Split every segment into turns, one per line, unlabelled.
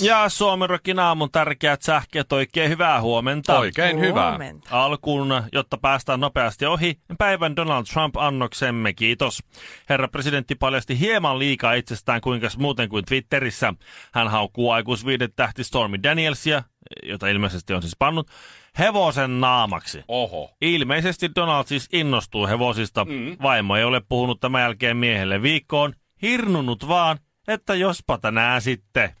Ja Suomirokin aamun tärkeät sähkeet, oikein hyvää huomenta.
Oikein hyvä.
Huomenta.
Alkuun, jotta päästään nopeasti ohi, päivän Donald Trump-annoksemme, kiitos. Herra presidentti paljasti hieman liikaa itsestään kuinkas muuten kuin Twitterissä. Hän haukkuu aikuisviidet tähti Stormy Danielsia, jota ilmeisesti on siis pannut, hevosen naamaksi.
Oho.
Ilmeisesti Donald siis innostuu hevosista.
Mm.
Vaimo ei ole puhunut tämän jälkeen miehelle viikkoon. Hirnunut vaan, että jospa tänään sitten.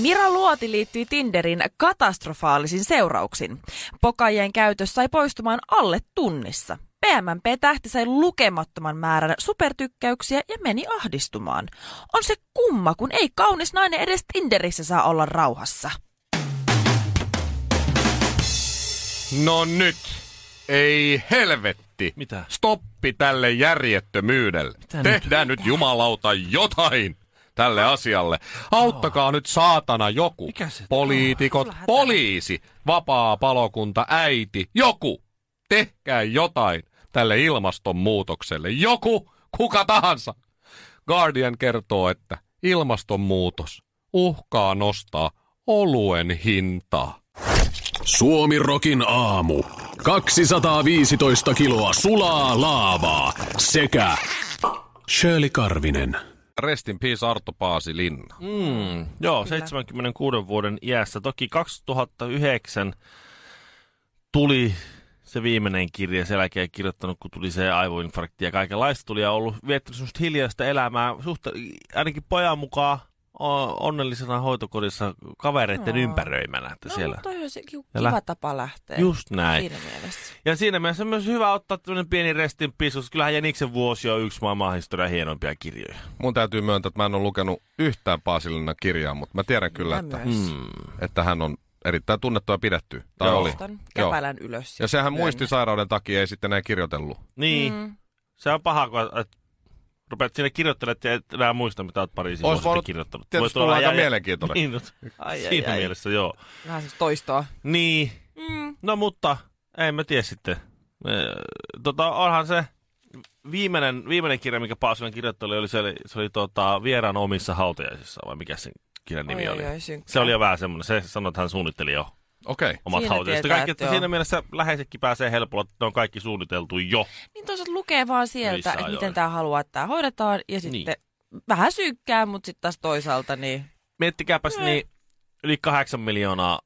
Mira Luoti liittyi Tinderin katastrofaalisiin seurauksiin. Pokajien käytös sai poistumaan alle tunnissa. PMMP-tähti sai lukemattoman määrän supertykkäyksiä ja meni ahdistumaan. On se kumma, kun ei kaunis nainen edes Tinderissä saa olla rauhassa.
No nyt. Ei helvetti.
Mitä?
Stoppi tälle järjettömyydelle.
Mitä
Tehdään nyt? nyt jumalauta jotain tälle asialle. Auttakaa nyt saatana joku.
Mikä se-
Poliitikot, poliisi, vapaa palokunta, äiti, joku. Tehkää jotain tälle ilmastonmuutokselle. Joku, kuka tahansa. Guardian kertoo, että ilmastonmuutos uhkaa nostaa oluen hintaa.
Suomi Rokin aamu. 215 kiloa sulaa laavaa sekä Shirley Karvinen.
Rest in peace Arto Paasilinna.
Mm, joo, 76 vuoden iässä. Toki 2009 tuli se viimeinen kirja sen jälkeen kirjoittanut, kun tuli se aivoinfarkti ja kaikenlaista tuli ja ollut viettänyt semmoista hiljaista elämää. Suhta, ainakin pojan mukaan o- onnellisena hoitokodissa kavereiden
Joo.
ympäröimänä. Että siellä.
toi on No, se kiva
Ja lä-
tapa lähteä.
Just näin.
Siinä mielessä.
Ja siinä mielessä on myös hyvä ottaa tämmöinen pieni restin pisus. Kyllähän Jäniksen vuosi on yksi maailman historian hienoimpia kirjoja.
Mun täytyy myöntää, että mä en ole lukenut yhtään Paasilinnan kirjaa, mutta mä tiedän kyllä,
Mä
että,
myös.
Mm,
että hän on erittäin tunnettu ja pidetty. Tai
Joo.
oli.
Nostan
Joo.
Käpälän ylös.
Ja sehän
lyön.
muistisairauden takia ei sitten enää kirjoitellut.
Niin, mm. se on paha, kun et, rupeat siinä kirjoittelemaan, että et enää muista, mitä olet pariisin
Ois
vuosi sitten
voinut
kirjoittanut.
tietysti
Voit olla
olla aika
jä- jä-
mielenkiintoinen.
Niin, no, ai,
Ai, ai,
siinä
ai.
mielessä joo.
Vähän semmoista toistoa.
Niin,
Mm.
no mutta, ei mä tiedä sitten. Öö, Tota, onhan se viimeinen, viimeinen kirja, mikä Paasilan kirjoitteli, oli, se oli, se oli tota, Vieraan omissa hautajaisissa, vai mikä sen kirjan nimi
Oi,
oli?
oi, oi, synkkää.
se oli jo vähän semmoinen, se sanoi, että hän suunnitteli jo
Okei. Okay.
omat
Siinä
hautajaiset.
tietää,
Kaikki,
että
että siinä
joo.
mielessä läheisetkin pääsee helpolla, että ne on kaikki suunniteltu jo.
Niin toisaalta lukee vaan sieltä,
Hyvissä
että
ajoin. Niin.
miten tämä haluaa, että tämä hoidetaan. Ja sitten vähän synkkää, mutta sitten taas toisaalta niin...
miettikääpäs niin yli kahdeksan miljoonaa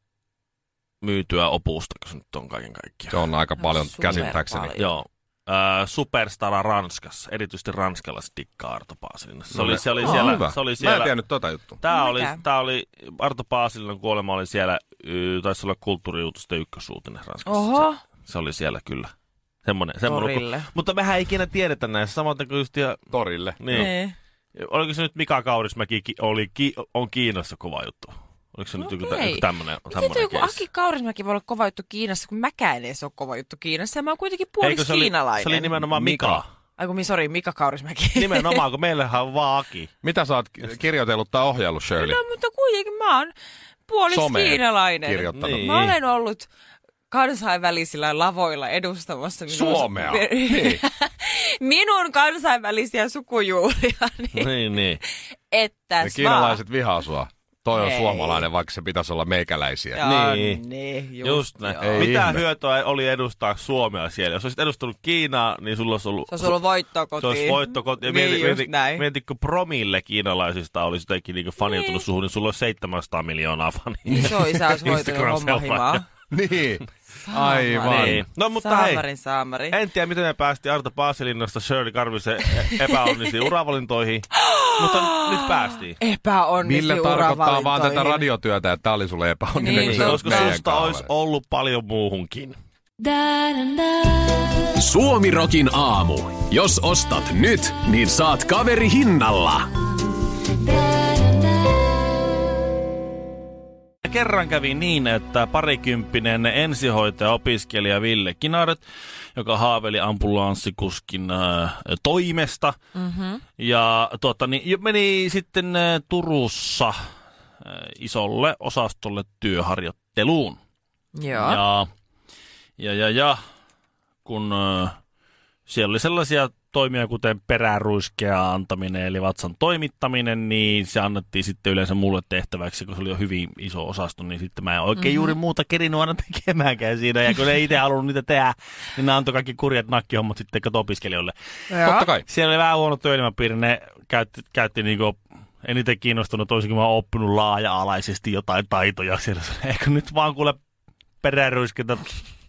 myytyä opusta, kun se nyt on kaiken
Se
kaikkiaan.
on aika
No,
paljon
super
käsittääkseni.
paljon.
Joo. Äh, superstara Ranskassa, erityisesti ranskalaiset dikkaa Arto Paasilinassa. Se,
No
oli,
ne-
se oli
Aa,
siellä,
hyvä.
se oli
Mä en
siellä,
tiennyt tota juttua.
tää
No
oli,
mitä?
tää oli, Arto Paasilinnan kuolema oli siellä, y, taisi olla kulttuuriuutisten ykkösuutinen Ranskassa.
Oho,
Se, se, oli siellä kyllä. Semmonen, semmonen luku.
torille.
Mutta mehän ei ikinä tiedetä näissä, samoin kuin just, ja,
Torille.
niin.
Niin.
Oliko se nyt Mika Kaurismäki ki- oli, ki- on Kiinassa kova juttu? Oliko se nyt joku, tä-
Okei.
joku tämmönen,
Miten toi
tämmönen
No joku
keissi?
Aki Kaurismäki voi olla kova juttu Kiinassa, kun mäkään ei se ole kova juttu Kiinassa. Ja mä oon kuitenkin
Eikö
puoliksi
se
kiinalainen.
Oli, se oli nimenomaan Mika. Niin.
Ai kun, mi- sori, Mika Kaurismäki.
nimenomaan, kun meillähän on vaan Aki.
Mitä sä oot ki- kirjoitellut tai ohjaillut, Shirley?
no, mutta kuitenkin mä oon puoliksi
Someen
kiinalainen.
kirjoittanut.
Niin.
Mä olen ollut kansainvälisillä lavoilla edustamassa minun,
Suomea. Niin.
minun kansainvälisiä sukujuuriani.
niin, niin.
Että
Ne kiinalaiset vihaa sua. Toi on
Ei.
suomalainen, vaikka se pitäisi olla meikäläisiä.
Ja,
Niin.
niin. niin just,
Just näin.
joo.
Ei
Mitä
ihme.
hyötyä oli edustaa Suomea siellä? Jos olisit edustanut Kiinaa, niin sulla olisi ollut...
Se olisi ollut voittoa kotiin.
Se olisi voitto kotiin. Ja
Niin,
mieti,
just
mieti,
näin.
mieti, kun promille kiinalaisista olisi jotenkin niinku faniutunut
Niin.
suhun, niin sulla olisi 700 miljoonaa fania.
Iso isä olisi hoitanut homma
Instagram-seuraaja.
himaa.
Niin. Aivan.
Niin. No mutta hei.
Saamarin saamari.
En tiedä, miten me päästiin Arto Paasilinnasta Shirley Karvisen ä- epäonnisiin uravalintoihin, mutta n- nyt päästiin.
Epäonnisi
Mille tarkoittaa vaan
uravalintoihin.
tätä radiotyötä, että tää oli sulle epäonninen,
Niin,
kun
Niin,
sä oot
koska
meidän
susta olisi
kaveri.
ollut paljon muuhunkin.
Suomi Rokin aamu. Jos ostat nyt, niin saat kaveri hinnalla.
kerran kävi niin, että parikymppinen ensihoitaja opiskelija Ville Kinaret, joka haaveli ambulanssikuskin äh, toimesta,
Mm-hmm.
ja tuota, niin, ja meni sitten äh, Turussa äh, isolle osastolle työharjoitteluun.
Joo.
Ja, ja, ja, ja kun ö, siellä oli sellaisia toimia, kuten peräruiskea antaminen, eli vatsan toimittaminen, niin se annettiin sitten yleensä mulle tehtäväksi, kun se oli jo hyvin iso osasto, niin sitten mä en oikein mm-hmm. juuri muuta kerinnyt aina tekemäänkään siinä, ja kun ei itse halunnut niitä tehdä, niin ne antoi kaikki kurjat nakkihommat sitten kato opiskelijoille.
Totta kai.
Siellä oli vähän huono työilmapiiri, ne käytti, käytti niinku eniten kiinnostunut, toisin kuin mä oon oppinut laaja-alaisesti jotain taitoja siellä. Eikö nyt vaan kuule peräruisketa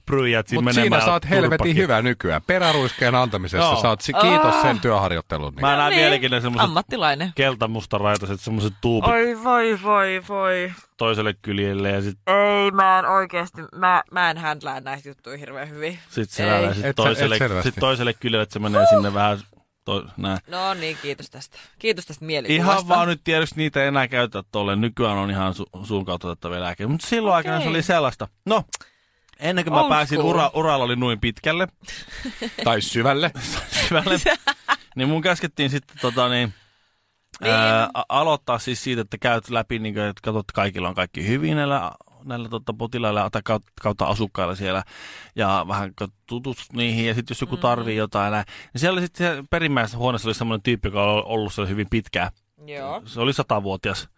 pryijätsi
Mutta
menemään.
siinä saat helvetin
turpakin.
hyvä nykyään. Peräruiskeen antamisessa
Joo.
saat, si- kiitos sen työharjoittelun. Niin.
Mä näen
niin.
vieläkin ne semmoset
Ammattilainen.
keltamustaraiset, semmoset tuupit
Oi voi voi voi.
toiselle kyljelle ja sit,
Ei mä en oikeesti, mä, mä en händlää näitä juttuja hirveän hyvin.
sit se
Ei.
nähdään,
Et sä-
sit
et
toiselle,
selvästi.
sit toiselle kyljelle, että se menee sinne vähän to, näin.
No niin, kiitos tästä. Kiitos tästä mielikuvasta.
Ihan vaan nyt tietysti niitä ei enää käytä tolle. Nykyään on ihan su- suun kautta otettavia lääkkeitä. Mutta silloin okay. aikana se
Okei.
oli sellaista. No, ennen kuin mä
Old
pääsin
school.
ura, uralla oli noin pitkälle,
Tai syvälle.
syvälle, niin mun käskettiin sitten tota niin,
Niin.
Ää, a- aloittaa siis siitä, että käyt läpi, niin kuin, että katsot, että kaikilla on kaikki hyvin näillä, näillä tota, potilailla tai kaut- kautta asukkailla siellä ja vähän ko- tutustut niihin ja sitten jos joku
Mm-hmm.
tarvii jotain, näin, niin siellä oli sitten siellä perimmäisessä huoneessa oli semmoinen tyyppi, joka oli ollut siellä hyvin pitkään.
Joo.
Se oli satavuotias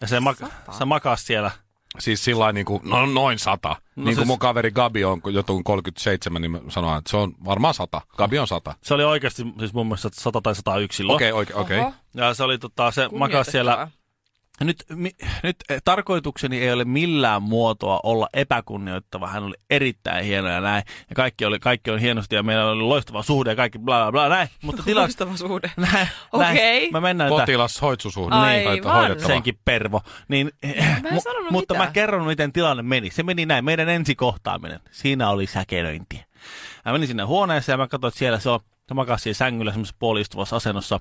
ja se, mak- se makasi siellä.
Siis sillä niin kuin, no noin sata. No, niin kuin
siis-
siis... mun kaveri Gabi on kun jotain 37, niin mä sanoin, että se on varmaan sata. Gabi on sata.
Se oli oikeasti siis mun mielestä 100 tai 101 silloin.
Okei, okei, okei.
Oho,
Ja se oli tota, se makasi siellä
kunnioitettavaa.
Nyt, mi, nyt eh, tarkoitukseni ei ole millään muotoa olla epäkunnioittava. Hän oli erittäin hieno ja näin. Ja kaikki oli, kaikki oli hienosti ja meillä oli loistava suhde ja kaikki bla bla bla näin. Mutta tilanne...
Loistava suhde.
näin,
Okei.
näin, mä mennään tähän
Potilas hoitsusuhde.
Aivan.
senkin pervo. Niin,
Mä en sanonut
mutta
mitään.
mä kerron, miten tilanne meni. Se meni näin, meidän ensikkohtaaminen. Siinä oli säkelöintiä. Mä menin sinne huoneeseen ja mä katsoin, että siellä se on, se makasi siinä sängyllä semmoisessa puolistuvassa asennossa.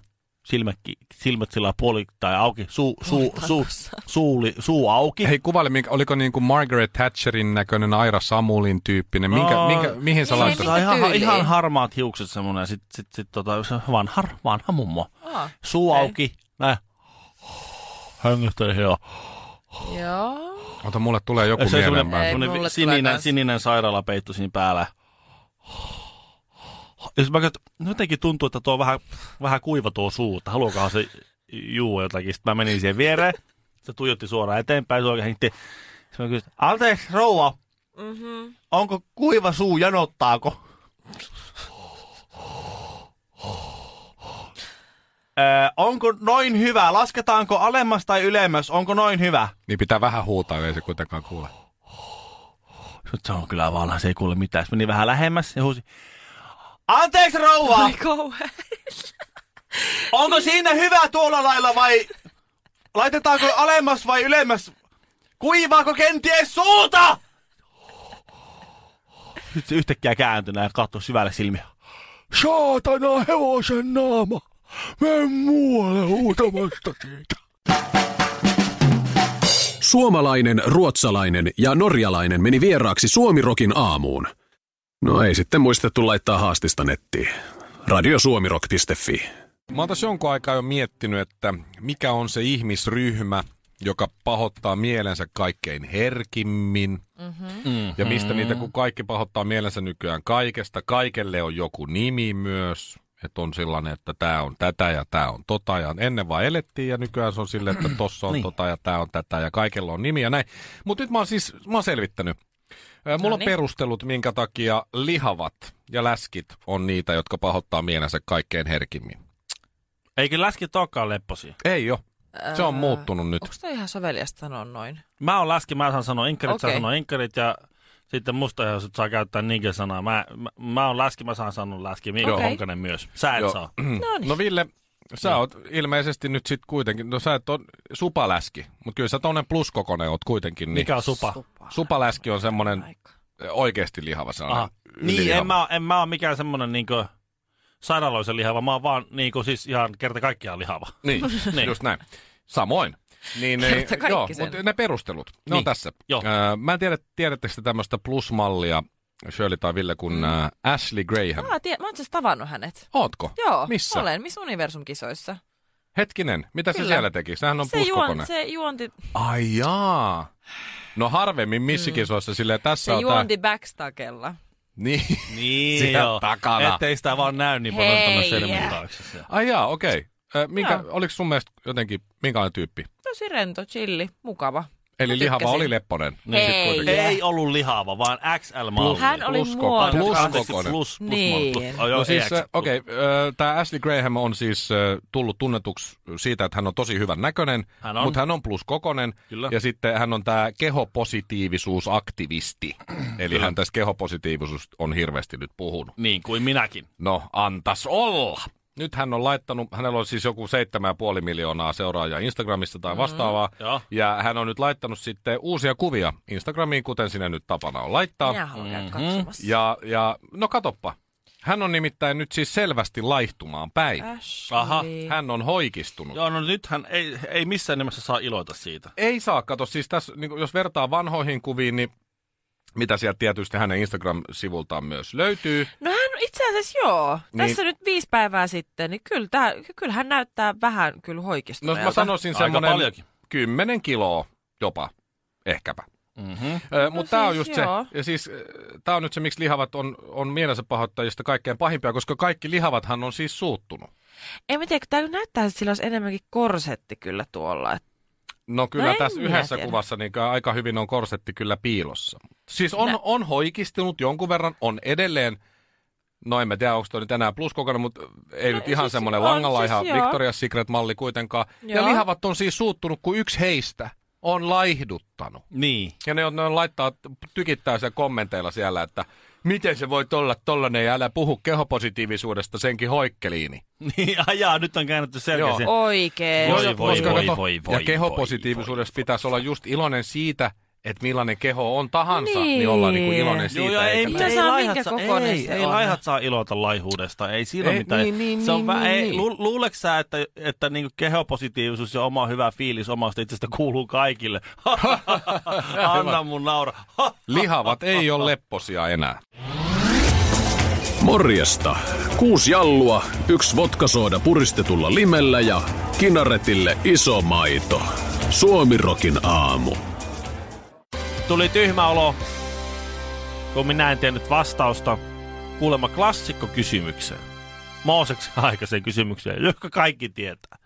Silmät, silmät sillä puolittain auki, suu, suu, suu, suuli, suu auki.
Hei, kuvaile, minkä, oliko niin kuin Margaret Thatcherin näköinen Aira Samulin tyyppinen? Minkä,
No,
minkä, mihin sä
niin,
laitat?
mitä
Saa ihan,
tyyliä?
ihan harmaat hiukset semmonen, ja sit, sit, sit tota, se vanha, vanha mummo.
Aa,
Suu
Okei.
auki, näin. Hengähteli joo.
Joo.
Ota, mulle tulee joku
Ja niin- Se on
mieleen.
semmonen,
Mä en-
Ei. mulle
semmonen
tulee
sininen,
kans.
sininen sairaalapeitto siinä päällä. Jos mä katson, jotenkin tuntuu, että tuo on vähän, vähän kuiva tuo suu, että haluakohan se juu jotakin. Sitten mä menin siihen viereen, se tuijotti suoraan eteenpäin, se oikein hengitti. Sitten mä kysyin, anteeksi rouva, mm-hmm. onko kuiva suu, janottaako? Öö, onko noin hyvä? Lasketaanko alemmas tai ylemmäs? Onko noin hyvä?
Niin pitää vähän huutaa, ei se kuitenkaan kuule.
Sitten se on kyllä vanha, se ei kuule mitään. Sitten meni vähän lähemmäs ja huusi, anteeksi rouva,
Ai kauhea.
onko siinä hyvä tuolla lailla vai laitetaanko alemmas vai ylemmäs? Kuivaako kenties suuta? Sitten se yhtäkkiä kääntyi ja katsoi syvälle silmiä.
Saatana hevosen naama! Mene muualle huutamasta siitä.
Suomalainen, ruotsalainen ja norjalainen meni vieraaksi Suomirokin aamuun. No ei sitten muistettu laittaa haastista nettiin. Radiosuomirok.fi.
Mä oon tässä jonkun aikaa jo miettinyt, että mikä on se ihmisryhmä, joka pahoittaa mielensä kaikkein herkimmin. Mm-hmm. Ja mistä niitä, kun kaikki pahoittaa mielensä nykyään kaikesta. Kaikelle on joku nimi myös. Että on sellainen, että tämä on tätä ja tämä on tota. Ja ennen vaan elettiin ja nykyään se on silleen, että tossa on
Niin.
tota ja tämä on tätä ja kaikella on nimi ja näin. Mutta nyt mä oon siis, mä oon selvittänyt. Ö, Mulla on
Noniin.
perustelut, minkä takia lihavat ja läskit on niitä, jotka pahoittaa mielensä kaikkein herkimmin.
Eikö läskit olekaan lepposia?
Ei ole. Se on
Ää,
muuttunut nyt.
Onko toi ihan soveliasta sanoa noin?
Mä oon läski, mä saan sanoa inkarit, okay. saa
Okei.
sanoa inkarit ja sitten musta jos saa käyttää niger-sanaa. Mä, mä, mä oon läski, mä saan sanoa läski. Mikko
Okei.
okay. Honkanen myös. Sä et
Joo.
Joo. saa.
Noniin.
No Ville, sä oot ilmeisesti nyt sit kuitenkin, no sä et on supaläski, mutta kyllä sä tommonen pluskokonen oot kuitenkin. Niin
Mikä on supa?
Supaläski on semmonen
Aika.
oikeasti lihava sellainen.
Aha. Niin,
ylilihava.
en mä, en mä ole mikään semmonen niinku sairaaloisen lihava, mä oon vaan niinku siis ihan kerta kaikkiaan lihava.
Niin,
Niin.
just näin. Samoin. Niin, ei,
Kerta
joo,
kaikki sen.
mutta ne perustelut, ne niin.
Niin,
on tässä.
joo.
Öö, mä en tiedä, tiedättekö te tämmöistä plusmallia, Shirley tai Ville, kun mm. Ashley Graham.
Mä, tie, mä oon siis tavannut hänet.
Ootko?
Joo,
Missä?
olen Miss Universum-kisoissa.
Hetkinen, mitä Kyllä. se
Kyllä.
siellä teki? Sehän
No
on
se,
pluskokone.
juon, se juonti,
Ai jaa. No harvemmin missikisoissa silleen tässä
Mm. se
on tää.
juonti backstakella.
Niin.
Niin
Siellä
joo.
takana.
Ettei sitä vaan näy niin paljon
Hei,
tuonne
jää.
silmän taakse.
Ai jaa, okei. Okay. Minkä,
Joo.
oliko sun mielestä jotenkin, minkälainen tyyppi?
Tosi rento, chilli, mukava.
Eli lihava
tykkäsin.
oli lepponen.
Niin sit
Hei,
kuitenkin.
jää.
Ei ollut lihava, vaan XL-malli.
Hän oli
Pluskoko-
muodossa.
Plus,
Pluskokone.
plus, plus, plus
Niin.
malli. Oh, joo,
No siis,
ei
äh,
XL.
okei, okay, tämä Ashley Graham on siis äh, tullut tunnetuksi siitä, että hän on tosi hyvän näköinen,
Hän on.
mutta hän on pluskokonen,
Kyllä.
ja sitten hän on tämä kehopositiivisuusaktivisti. Eli hän tästä kehopositiivisuus on hirveästi nyt puhunut.
Niin kuin minäkin.
No, antas olla! Nyt hän on laittanut, hänellä on siis joku 7,5 miljoonaa seuraajaa Instagramissa tai vastaavaa,
Mm-hmm. Joo.
ja hän on nyt laittanut sitten uusia kuvia Instagramiin, kuten sinne nyt tapana on laittaa.
Minä haluan
Mm-hmm.
käydä katsomassa.
Ja, ja no katoppa. Hän on nimittäin nyt siis selvästi laihtumaan päin.
Ashley.
Aha,
Hän on hoikistunut.
Joo, no nythän ei, ei missään nimessä saa iloita siitä.
Ei saa, kato, siis tässä, niin jos vertaa vanhoihin kuviin, niin mitä sieltä tietysti hänen Instagram-sivultaan myös löytyy.
No hän itse asiassa joo.
Niin.
Niin. Tässä nyt viisi päivää sitten, niin kyllä, tää, kyllä hän näyttää vähän kyllä
No
hoikistuneelta.
mä sanoisin
Aika
semmoinen
paljonkin.
10 kiloa jopa, ehkäpä.
Mm-hmm.
Mutta no tämä on
siis
just
joo.
se, ja siis, tämä on nyt se, miksi lihavat on, on mielensä pahoittajista kaikkein pahimpia, koska kaikki lihavathan on siis suuttunut.
En mä tiedä, kun tää näyttää, että sillä olisi enemmänkin korsetti kyllä tuolla. Et
No kyllä
No
no
en
tässä
minä
yhdessä tiedä.
tiedä.
kuvassa niin aika hyvin on korsetti kyllä piilossa. Siis on,
Nä-
on hoikistunut jonkun verran, on edelleen, no en mä tiedä onko toi nyt enää pluskokana, mutta ei
No
nyt ihan
siis
siis semmoinen
on,
langalaiha
siis
siis
joo.
Victoria's Secret-malli kuitenkaan. Joo. Ja
Joo.
lihavat on siis suuttunut, kun yksi heistä on laihduttanut.
Niin.
Ja ne, on, ne on laittaa, tykittää se kommenteilla siellä, että miten se voi olla tollanen ja älä puhu kehopositiivisuudesta senkin hoikkeliini.
Niin, ajaa, nyt on käännetty
Joo.
selkeästi.
oikein.
Joo, Voi,
Joo, joo,
voi,
koska
voi,
kato,
voi,
ja
voi,
kehopositiivisuudessa
voi,
pitäisi olla just iloinen siitä, että millainen keho on tahansa, niin, niin olla niinku iloinen siitä.
Joo, ja ei,
eikä-
Mitä
ei,
saa,
laihat
minkä
saa-
kokoinen
ei,
se
ei
on?
laihat saa iloita laihuudesta, ei siinä
Ei,
ei, mitään.
niin, niin,
se on
niin,
vähän-
niin,
ei,
niin.
Lu, luuleeko sä, että, että niinku kehopositiivisuus ja oma hyvä fiilis omasta itsestä kuuluu kaikille? Anna mun naura.
Lihavat ei ole lepposia enää.
Morjesta. Kuusi jallua, yksi vodkasooda puristetulla limellä ja kinaretille iso maito. Suomirokin aamu.
Tuli tyhmä olo, kun minä en tiennyt vastausta kuulemma klassikko kysymykseen. Mooseksen aikaiseen kysymykseen, joka kaikki tietää.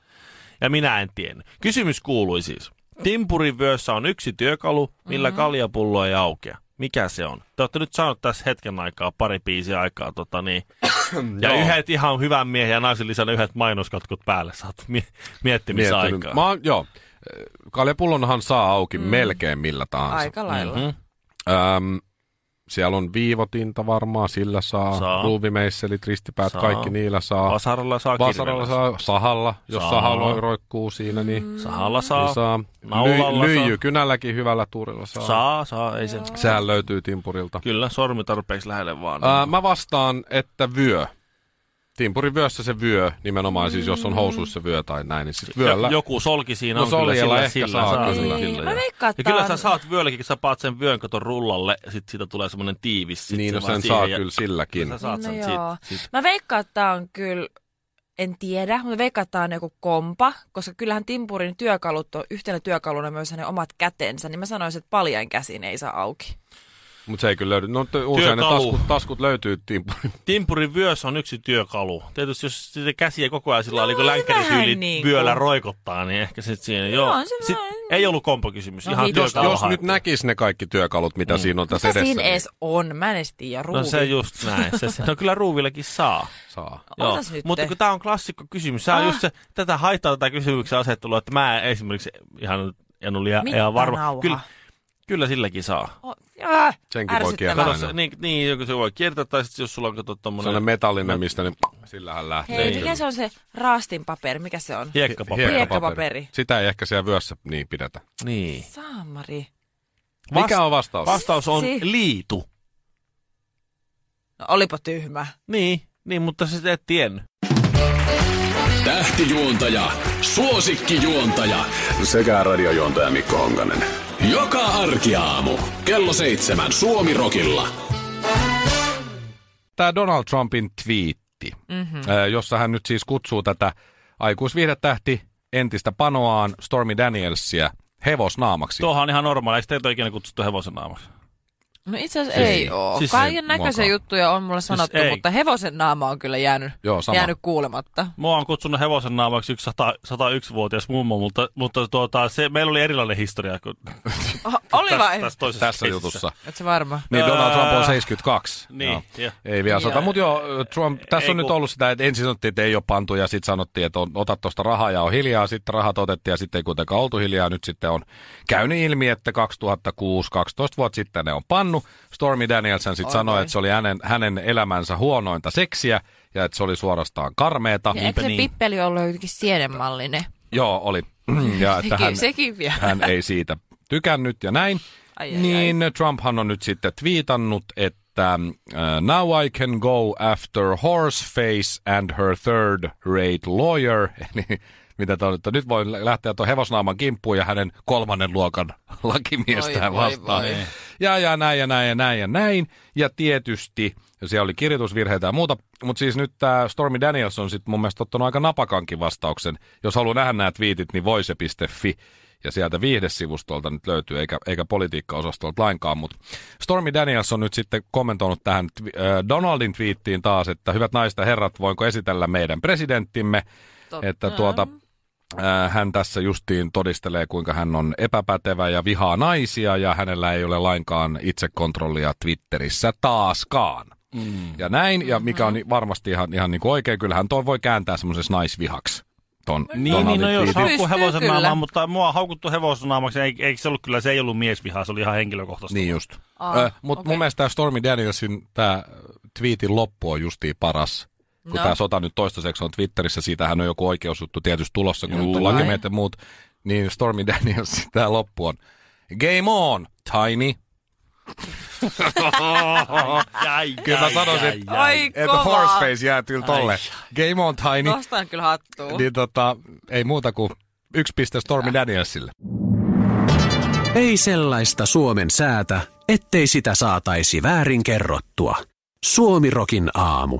Ja minä en tiennyt. Kysymys kuului siis. Timpurin vyössä on yksi työkalu, millä mm-hmm. kaljapullo ei aukea. Mikä se on? Te olette nyt saanut tässä hetken aikaa, pari biisiä aikaa, tota niin. ja yhdet ihan hyvän miehen ja naisen lisänä yhdet mainoskatkut päälle. Saat mie- miettimisaikaa.
Mä oon, joo, Äh, kaljapullonhan saa auki mm. melkein millä tahansa.
Aika lailla. Mm-hmm.
Mhm.
Öm, siellä on viivotinta varmaan, sillä saa.
Saa.
Ruuvimeisselit, ristipäät,
Saa.
kaikki niillä saa.
Vasaralla saa
Vasaralla
kirvellä.
saa, sahalla, jos
Saa.
sahalla roikkuu siinä, niin...
Sahalla
Niin
saa.
saa.
Naulalla
Lyijy-
saa.
Lyijykynälläkin hyvällä tuurilla saa.
Saa, saa, ei se.
Sehän löytyy timpurilta.
Kyllä, sormi tarpeeksi lähelle vaan.
Ää, mä vastaan, että vyö. Timpurin vyössä se vyö, nimenomaan siis jos on housuissa vyö tai näin, niin sit vyöllä.
Jo- Joku solki siinä
No
on kyllä
soljella
sillä,
ehkä
sillä,
saa
saa,
kyllä.
sillä,
Niin,
kyllä.
mä
joo.
veikkaan,
ja
että
kyllä
tää
sä
on-
saat vyölläkin, kun sä paat sen vyön katon rullalle, ja sit siitä tulee semmonen tiivis. Sit
niin,
se
no
vaan
sen
siihen
saa
ja-
kyllä silläkin.
Sä saat
No
sen
joo.
sit, sit.
Mä veikkaan, että tää on kyllä, en tiedä, mutta veikkaan, että tää on joku kompa, koska kyllähän Timpurin työkalut on yhtenä työkaluna myös hänen omat kätensä, niin mä sanoisin, että paljain käsin ei saa auki.
Mutta se ei kyllä löydy. No t- usein ne
Työkalu.
taskut, taskut löytyy timpurin.
Timpurin vyös on yksi työkalu. Tietysti jos sitä käsiä koko ajan sillä no, niin
No,
länkkärisyyli
vähän niin kuin.
vyöllä roikottaa, niin ehkä sit siinä. Joo,
on se
sit,
vähän-
ei ollut kompakysymys.
No
No, ihan
hitto.
Jos,
työkalu
jos nyt
haettiin.
näkis ne kaikki työkalut, mitä mm. siinä on tässä
Mitä
edessä,
siinä
niin
edes on? Mä en edes tiedä, ruuvi.
No se just näin. Se, se, no kyllä ruuvillakin saa.
niin saa.
Joo.
Ootas nyt.
Mutta kun tämä on klassikko kysymys, se on
Ah.
just se, tätä haittaa tätä kysymyksen asettelua, että mä esimerkiksi ihan, en ole liian, ihan varma.
Mittanauha.
Kyllä, kyllä silläkin saa.
O- äh,
Senkin voi
ärsyttävää.
kiertää.
Kato,
Aina.
se, niin, niin, joku se voi kiertää, tai sitten jos sulla on kato
Sellainen
tommonen
metallinen, mistä ne, sillähän lähtee.
Hei,
kyllä.
Niin.
mikä se on se raastinpaperi? Mikä se on?
hiekkapaperi.
Hie- Hiekkapaperi.
Sitä ei ehkä siellä vyössä niin pidetä.
Niin.
Saamari.
Mikä on vastaus?
Vastaus on
Si-
liitu.
No olipa tyhmä.
Niin, niin mutta se et tiennyt.
Tähtijuontaja, suosikkijuontaja sekä radiojuontaja Mikko Honkanen. Joka arkiaamu kello seitsemän Suomi Rokilla.
Tämä Donald Trumpin twiitti, mm-hmm. jossa hän nyt siis kutsuu tätä aikuisviihdetähti entistä panoaan Stormy Danielsia hevosnaamaksi.
Tuohan on ihan normaali. Eikö teitä ole ikinä kutsuttu hevosen naamaksi?
No itse asiassa
Siis-
ei, ei oo.
siis
Siis
ei
Kaiken näköisiä
muakaan.
juttuja on mulle sanottu,
ei.
siis mutta hevosen naama on kyllä jäänyt,
Joo, sama.
jäänyt kuulematta.
Mua on kutsunut hevosen naamaksi yksi 100, 101-vuotias mummo, mutta, mutta tuota, se, meillä oli erilainen historia kuin
Oh, oli vai?
tässä, tässä toisessa
Tässä
keississä.
jutussa.
Et se varma?
Niin, Donald Trump on
Ää,
72.
niin,
Joo.
joo.
Ei vielä sata,
Joo.
mutta joo, Trump, tässä
Ei
on nyt
kun-
ollut sitä, että ensin sanottiin, että ei ole pantu, ja sitten sanottiin, että on, ota tuosta rahaa ja on hiljaa, sitten rahat otettiin, ja sitten ei kuitenkaan oltu hiljaa, nyt sitten on käynyt ilmi, että 2006, 12 vuotta sitten ne on pannu. Stormy Danielsen sitten
Oi
sanoi,
voi.
että se oli hänen, hänen elämänsä huonointa seksiä, ja että se oli suorastaan karmeeta.
Ja eikö se
niin.
pippeli ollut jotenkin siedenmallinen?
Joo, oli. Ja että
Sekin,
hän,
sekin vielä.
hän ei siitä tykännyt ja näin.
Ai, ai,
niin Trumphan on nyt sitten twiitannut, että uh, now I can go after horseface and her third rate lawyer. Eli mitä toi, että nyt voi lähteä tuon hevosnaaman kimppuun ja hänen kolmannen luokan
Oi,
lakimiestään
voi,
vastaan.
voi.
Ja, ja näin ja näin ja näin ja näin. Ja tietysti, siellä oli kirjoitusvirheitä ja muuta, mutta siis nyt tämä Stormy Daniels on sitten mun mielestä ottanut aika napakankin vastauksen. Jos haluaa nähdä nämä twiitit, niin voise.fi. Ja sieltä viihdesivustolta nyt löytyy, eikä, eikä politiikkaosastolta lainkaan, mutta Stormy Daniels on nyt sitten kommentoinut tähän twi- äh, Donaldin twiittiin taas, että hyvät naiset ja herrat, voinko esitellä meidän presidenttimme,
Totta.
että tuota, Äh, hän tässä justiin todistelee, kuinka hän on epäpätevä ja vihaa naisia ja hänellä ei ole lainkaan itsekontrollia Twitterissä taaskaan. Mm. Ja näin, ja mikä on ni- varmasti ihan, ihan niin kuin oikein, kyllähän toi voi kääntää semmoisessa naisvihaksi. Ton,
Niin, niin,
Donaldin
no jos
twiitin.
haukkuu
Pystyy
hevosen
kyllä.
naamaan, mutta mua on haukuttu hevosen naamaksi, ei, eikö se ollut kyllä, se ei ollut miesvihaa, se oli ihan henkilökohtaista.
Niin just.
Aa,
Äh, Mutta okay.
okei.
mun mielestä tämä Stormy Danielsin tämä twiitin loppu on justiin paras. Kun
No.
no. tämä sota nyt toistaiseksi on Twitterissä, siitähän on joku oikeusjuttu tietysti tulossa, kun
Juu.
nyt on lakimeet ja muut. Niin Stormy Daniels, tämä loppu on Game on, Tiny.
Jäi,
Kyllä mä sanoisin,
jäi,
että-
jäi.
Ai
Että
kovaa.
Horseface jää kyllä tolle. Game on, Tiny.
Nostan kyllä hattua.
Niin tota, ei muuta kuin yksi piste Stormy Danielsille.
Ei sellaista Suomen säätä, ettei sitä saataisi väärin kerrottua. Suomi Rokin aamu.